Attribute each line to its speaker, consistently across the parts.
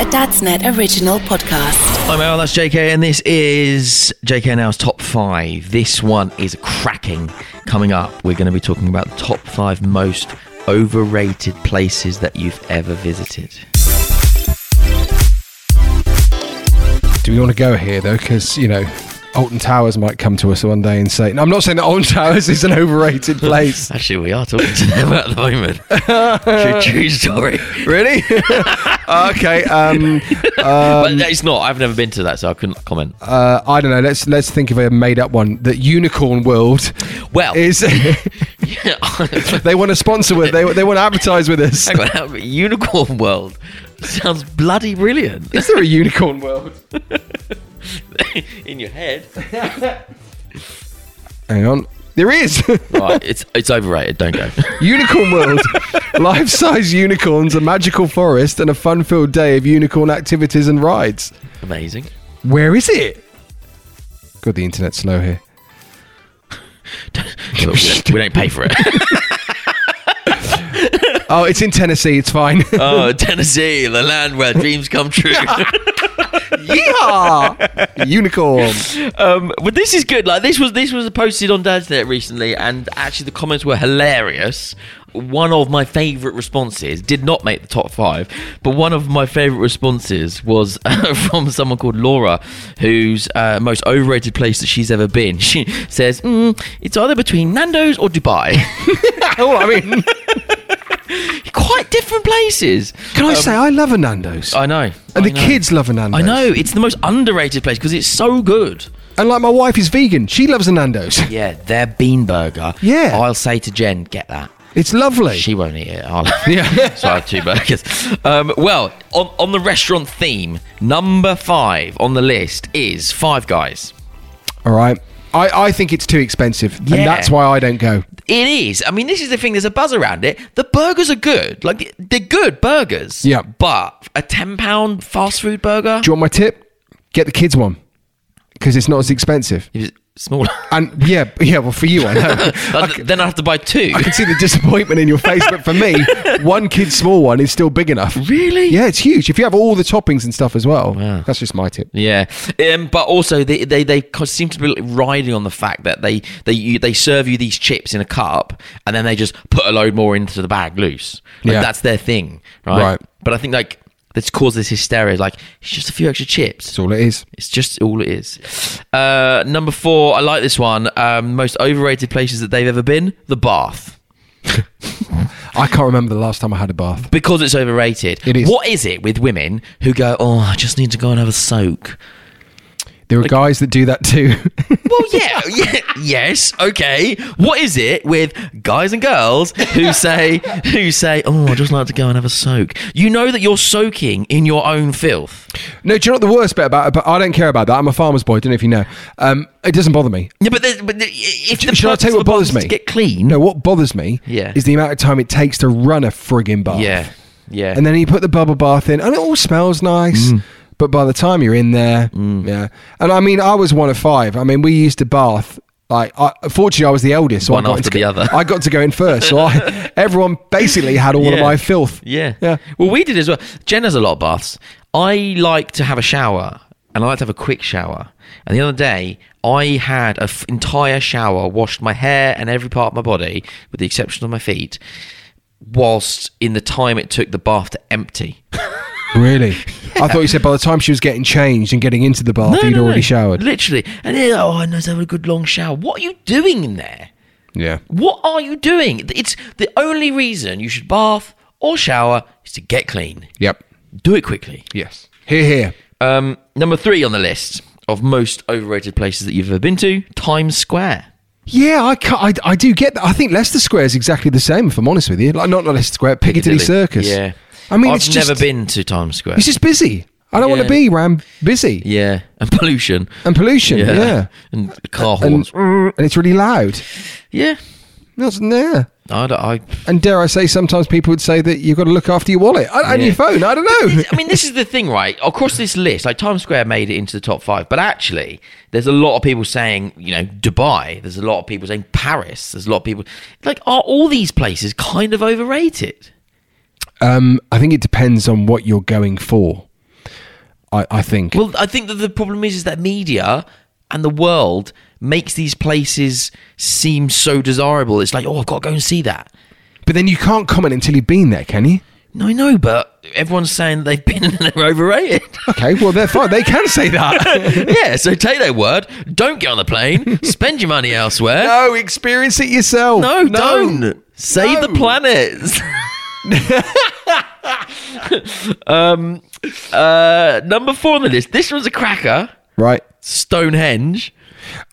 Speaker 1: A Dadsnet original podcast.
Speaker 2: I'm Al, that's JK, and this is JK Now's Top 5. This one is cracking. Coming up, we're going to be talking about the top 5 most overrated places that you've ever visited.
Speaker 3: Do we want to go here though? Because you know, Alton Towers might come to us one day and say, "No, I'm not saying that Alton Towers is an overrated place."
Speaker 2: Actually, we are talking to them at the moment. true, true story.
Speaker 3: really? okay. Um,
Speaker 2: but it's not. I've never been to that, so I couldn't comment.
Speaker 3: uh, I don't know. Let's let's think of a made-up one. That Unicorn World
Speaker 2: Well,
Speaker 3: is. they want to sponsor with. They they want to advertise with us.
Speaker 2: hang on. Unicorn World sounds bloody brilliant
Speaker 3: Is there a Unicorn World?
Speaker 2: in your head.
Speaker 3: Hang on. There is.
Speaker 2: Right, it's it's overrated. Don't go.
Speaker 3: Unicorn World. Life size unicorns, a magical forest, and a fun filled day of unicorn activities and rides.
Speaker 2: Amazing.
Speaker 3: Where is it? God, the internet's slow here.
Speaker 2: But we, don't, we don't pay for it.
Speaker 3: Oh, it's in Tennessee. It's fine.
Speaker 2: Oh, Tennessee, the land where dreams come true.
Speaker 3: Yeehaw! Unicorn.
Speaker 2: um, but this is good. Like this was this was posted on Dadsnet recently, and actually the comments were hilarious. One of my favourite responses did not make the top five, but one of my favourite responses was from someone called Laura, whose uh, most overrated place that she's ever been. She says, mm, "It's either between Nando's or Dubai."
Speaker 3: Oh, I mean,
Speaker 2: Quite different places.
Speaker 3: can I say I love a Nando's?
Speaker 2: um, I know.
Speaker 3: and
Speaker 2: I
Speaker 3: the
Speaker 2: know.
Speaker 3: kids love a Nando's.
Speaker 2: I know it's the most underrated place because it's so good.
Speaker 3: And like my wife is vegan, she loves a Nando's.
Speaker 2: Yeah, their bean burger.
Speaker 3: Yeah.
Speaker 2: I'll say to Jen, get that.
Speaker 3: It's lovely.
Speaker 2: She won't eat it. I'll
Speaker 3: Yeah.
Speaker 2: so I have two burgers. Um, well, on, on the restaurant theme, number five on the list is Five Guys.
Speaker 3: All right. I, I think it's too expensive,
Speaker 2: Yeah.
Speaker 3: and that's why I don't go.
Speaker 2: It is. I mean, this is the thing. There's a buzz around it. The burgers are good. Like, they're good burgers.
Speaker 3: Yeah.
Speaker 2: But a £10 fast food burger?
Speaker 3: Do you want my tip? Get the kids one because it's not as expensive.
Speaker 2: If it's smaller.
Speaker 3: And yeah, yeah. Well, for you, I know.
Speaker 2: then I have to buy two.
Speaker 3: I can see the disappointment in your face, but for me, one kid's small one is still big enough.
Speaker 2: Really?
Speaker 3: Yeah, it's huge. If you have all the toppings and stuff as well, that's just my tip.
Speaker 2: Yeah, um, but also they, they they co- seem to be riding on the fact that they they you, they serve you these chips in a cup and then they just put a load more into the bag loose. Like,
Speaker 3: Yeah.
Speaker 2: that's their thing, right?
Speaker 3: Right.
Speaker 2: But I think like that's caused this hysteria. Like it's just a few extra chips.
Speaker 3: That's all it is.
Speaker 2: It's just all it is. Uh, number four, I like this one. Um, most overrated places that they've ever been: the bath.
Speaker 3: I can't remember the last time I had a bath.
Speaker 2: because it's overrated.
Speaker 3: It is.
Speaker 2: What is it with women who go, "Oh, I just need to go and have a soak."
Speaker 3: There are guys that do that too.
Speaker 2: Well, yeah, yeah, yes, okay. What is it with guys and girls who say, who say, oh, I just like to go and have a soak? You know that you're soaking in your own filth.
Speaker 3: no, do you know what the worst bit about it? But I don't care about that. I'm a farmer's boy. I don't know if you know. Um, it doesn't bother me.
Speaker 2: Yeah, but, there's- but the- if the
Speaker 3: Shall I
Speaker 2: purpose
Speaker 3: tell you
Speaker 2: of
Speaker 3: what
Speaker 2: the
Speaker 3: bothers
Speaker 2: bath is To
Speaker 3: me?
Speaker 2: get clean.
Speaker 3: No, what bothers me
Speaker 2: Yeah.
Speaker 3: is the amount of time it takes to run a frigging bath.
Speaker 2: Yeah. Yeah. Mm.
Speaker 3: And then you put the bubble bath in, and it all smells nice. But by the time you're in there, yeah. And I mean, I was one of five. I mean, we used to bath. Like, I, fortunately, I was the eldest, so
Speaker 2: One
Speaker 3: I got
Speaker 2: after
Speaker 3: to
Speaker 2: the
Speaker 3: go-
Speaker 2: other.
Speaker 3: I got to go in first, so I, everyone basically had all of
Speaker 2: Yeah.
Speaker 3: my filth.
Speaker 2: Yeah.
Speaker 3: yeah.
Speaker 2: Well, we did as well. Jen has a lot of baths. I like to have a shower and I like to have a quick shower. And the other day, I had an entire shower, washed my hair and every part of my body, with the exception of my feet, whilst in the time it took the bath to empty.
Speaker 3: Really? I thought you said by the time she was getting changed and getting into the bath, you'd already showered.
Speaker 2: Literally. And then, oh, I nice to have a good long shower. What are you doing in there?
Speaker 3: Yeah.
Speaker 2: What are you doing? It's the only reason you should bath or shower is to get clean.
Speaker 3: Yep.
Speaker 2: Do it quickly.
Speaker 3: Yes. Here, here.
Speaker 2: Um, number three on the list of most overrated places that you've ever been to, Times Square.
Speaker 3: Yeah, I, ca- I, I do get that. I think Leicester Square is exactly the same, if I'm honest with you. Like, not Leicester Square, Piccadilly, Circus.
Speaker 2: Yeah.
Speaker 3: I mean,
Speaker 2: I've
Speaker 3: it's just,
Speaker 2: never been to Times Square.
Speaker 3: It's just busy. I don't want
Speaker 2: Yeah.
Speaker 3: to be where I'm busy.
Speaker 2: yeah, and pollution.
Speaker 3: And pollution, Um, yeah.
Speaker 2: And car
Speaker 3: And,
Speaker 2: horns.
Speaker 3: and it's really loud.
Speaker 2: yeah.
Speaker 3: That's, yeah.
Speaker 2: I, don't- I,
Speaker 3: And dare I say, sometimes people would say that you've got to look after your wallet and and
Speaker 2: Yeah.
Speaker 3: your phone. I don't know.
Speaker 2: I mean, this is the thing, right? Across this list, like Times Square made it into the top five, but actually, there's a lot of people saying, you know, Dubai. There's a lot of people saying Paris. There's a lot of people like, are all these places kind of overrated?
Speaker 3: um, I think it depends on what you're going for. I, I think.
Speaker 2: Well, I think that the problem is is that media and the world makes these places seem so desirable. It's like, oh, I've got to go and see that.
Speaker 3: but then you can't comment until you've been there, can you?
Speaker 2: No, I know, but everyone's saying they've been and they're overrated.
Speaker 3: Okay, well, they're fine. They can say that.
Speaker 2: yeah, so take their word. Don't get on the plane. Spend your money elsewhere.
Speaker 3: no, experience it yourself.
Speaker 2: No, don't. Save
Speaker 3: No.
Speaker 2: the planets. um, uh, number four on the list. This one's a cracker.
Speaker 3: Right.
Speaker 2: Stonehenge.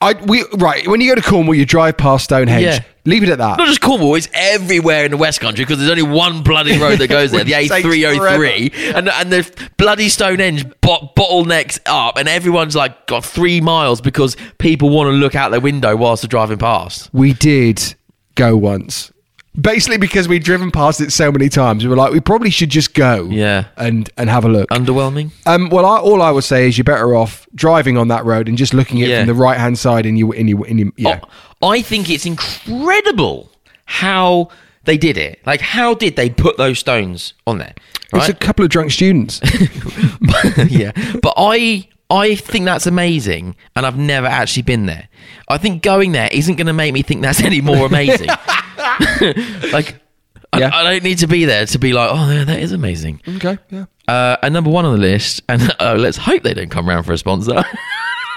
Speaker 3: I, we, right. When you go to Cornwall, you drive past Stonehenge.
Speaker 2: Yeah.
Speaker 3: Leave it at that.
Speaker 2: Not just Cornwall, it's everywhere in the West Country because there's only one bloody road that goes there, the
Speaker 3: Which takes
Speaker 2: A303. And, and there's bloody Stonehenge bo- bottlenecks up, and everyone's like got three miles because people want to look out their window whilst they're driving past.
Speaker 3: we did go once. Basically, because we'd driven past it so many times, we were like, we probably should just go
Speaker 2: Yeah.
Speaker 3: and, and have a look.
Speaker 2: Underwhelming?
Speaker 3: Um, well, I, all I would say is you're better off driving on that road and just looking at it
Speaker 2: Yeah. Oh,
Speaker 3: from the right hand side in your in your in your yeah.
Speaker 2: I think it's incredible how they did it. Like, how did they put those stones on there?
Speaker 3: It's a
Speaker 2: Right?
Speaker 3: couple of drunk students.
Speaker 2: yeah. But I, I think that's amazing, and I've never actually been there. I think going there isn't going to make me think that's any more amazing. like, I,
Speaker 3: Yeah.
Speaker 2: I don't need to be there to be like, oh, yeah, that is amazing.
Speaker 3: okay, yeah.
Speaker 2: Uh, and number one on the list, and oh, let's hope they don't come round for a sponsor.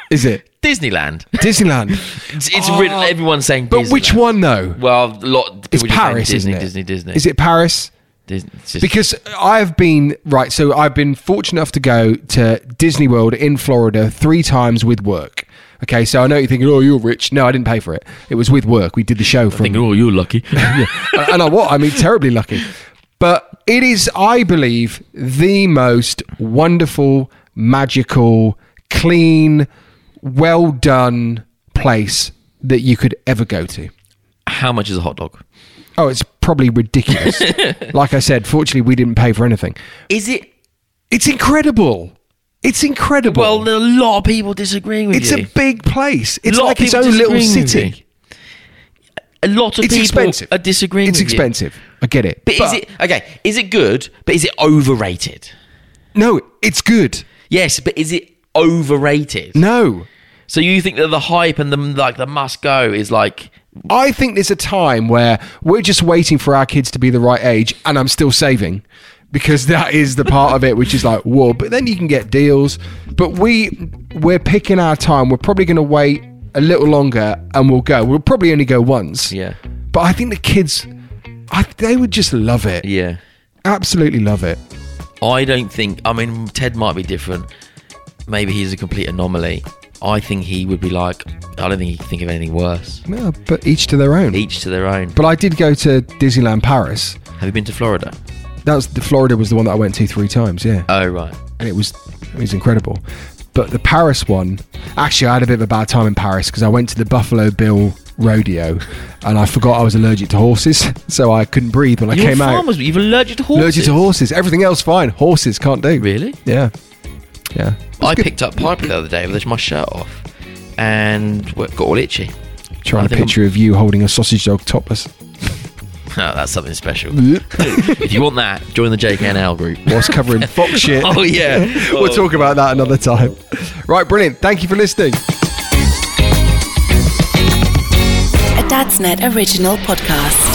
Speaker 3: Is it
Speaker 2: Disneyland.
Speaker 3: Disneyland?
Speaker 2: It's, it's really, everyone's saying.
Speaker 3: Oh. but which
Speaker 2: Disneyland.
Speaker 3: one though?
Speaker 2: Well, a lot.
Speaker 3: It's
Speaker 2: people just saying
Speaker 3: Paris,
Speaker 2: Disney,
Speaker 3: isn't it?
Speaker 2: Disney, Disney.
Speaker 3: Is it Paris?
Speaker 2: Disney, it's just-
Speaker 3: Because I've been right, so I've been fortunate enough to go to Disney World in Florida three times with work. Okay, so I know you're thinking, "Oh, you're rich." No, I didn't pay for it. It was with work. We did the show from
Speaker 2: oh, you're lucky.
Speaker 3: and and I what I mean terribly lucky. But it is, I believe, the most wonderful, magical, clean, well done place that you could ever go to.
Speaker 2: How much is a hot dog?
Speaker 3: Oh, it's probably ridiculous. like I said, fortunately, we didn't pay for anything.
Speaker 2: Is it?
Speaker 3: It's incredible. It's incredible.
Speaker 2: Well, there are a lot of people disagreeing with
Speaker 3: it's
Speaker 2: you.
Speaker 3: a big place. It's
Speaker 2: lot of
Speaker 3: like its
Speaker 2: people
Speaker 3: own little
Speaker 2: disagreeing with
Speaker 3: city.
Speaker 2: A lot of
Speaker 3: It's
Speaker 2: people
Speaker 3: expensive.
Speaker 2: are disagreeing.
Speaker 3: It's
Speaker 2: with you.
Speaker 3: expensive. I get it.
Speaker 2: But, is it okay? Is it good? But is it overrated?
Speaker 3: No, it's good.
Speaker 2: Yes, but is it overrated?
Speaker 3: No,
Speaker 2: So you think that the hype and the like the must go is like
Speaker 3: I think there's a time where we're just waiting for our kids to be the right age, and I'm still saving because that is the part of it which is like whoa. But then you can get deals. But we we're picking our time. We're probably going to wait a little longer, and we'll go. We'll probably only go once.
Speaker 2: Yeah.
Speaker 3: But I think the kids, I, they would just love it.
Speaker 2: yeah.
Speaker 3: Absolutely love it.
Speaker 2: I don't think. I mean, Ted might be different. Maybe he's a complete anomaly. I think he would be like. I don't think he could think of anything worse.
Speaker 3: Yeah, but each to their own.
Speaker 2: Each to their own.
Speaker 3: But I did go to Disneyland Paris.
Speaker 2: Have you been to Florida?
Speaker 3: That was the Florida was the one that I went to three times. Yeah.
Speaker 2: Oh right.
Speaker 3: and it was it was incredible. But the Paris one, actually, I had a bit of a bad time in Paris because I went to the Buffalo Bill rodeo, and I forgot I was allergic to horses, so I couldn't breathe when I
Speaker 2: You're
Speaker 3: came
Speaker 2: a
Speaker 3: out.
Speaker 2: farmer's. You've allergic to horses.
Speaker 3: Allergic to horses. Everything else fine. Horses can't do.
Speaker 2: Really?
Speaker 3: Yeah. Yeah.
Speaker 2: I picked up Piper the other day with my shirt off, and well, it got all itchy.
Speaker 3: Trying
Speaker 2: I
Speaker 3: a
Speaker 2: think I'm-
Speaker 3: picture of you holding a sausage dog topless.
Speaker 2: Oh, that's something special. if you want that, join the JKNL group.
Speaker 3: Whilst covering fox shit.
Speaker 2: Oh yeah.
Speaker 3: We'll talk about that another time. Right, brilliant. Thank you for listening.
Speaker 1: A Dadsnet original podcast.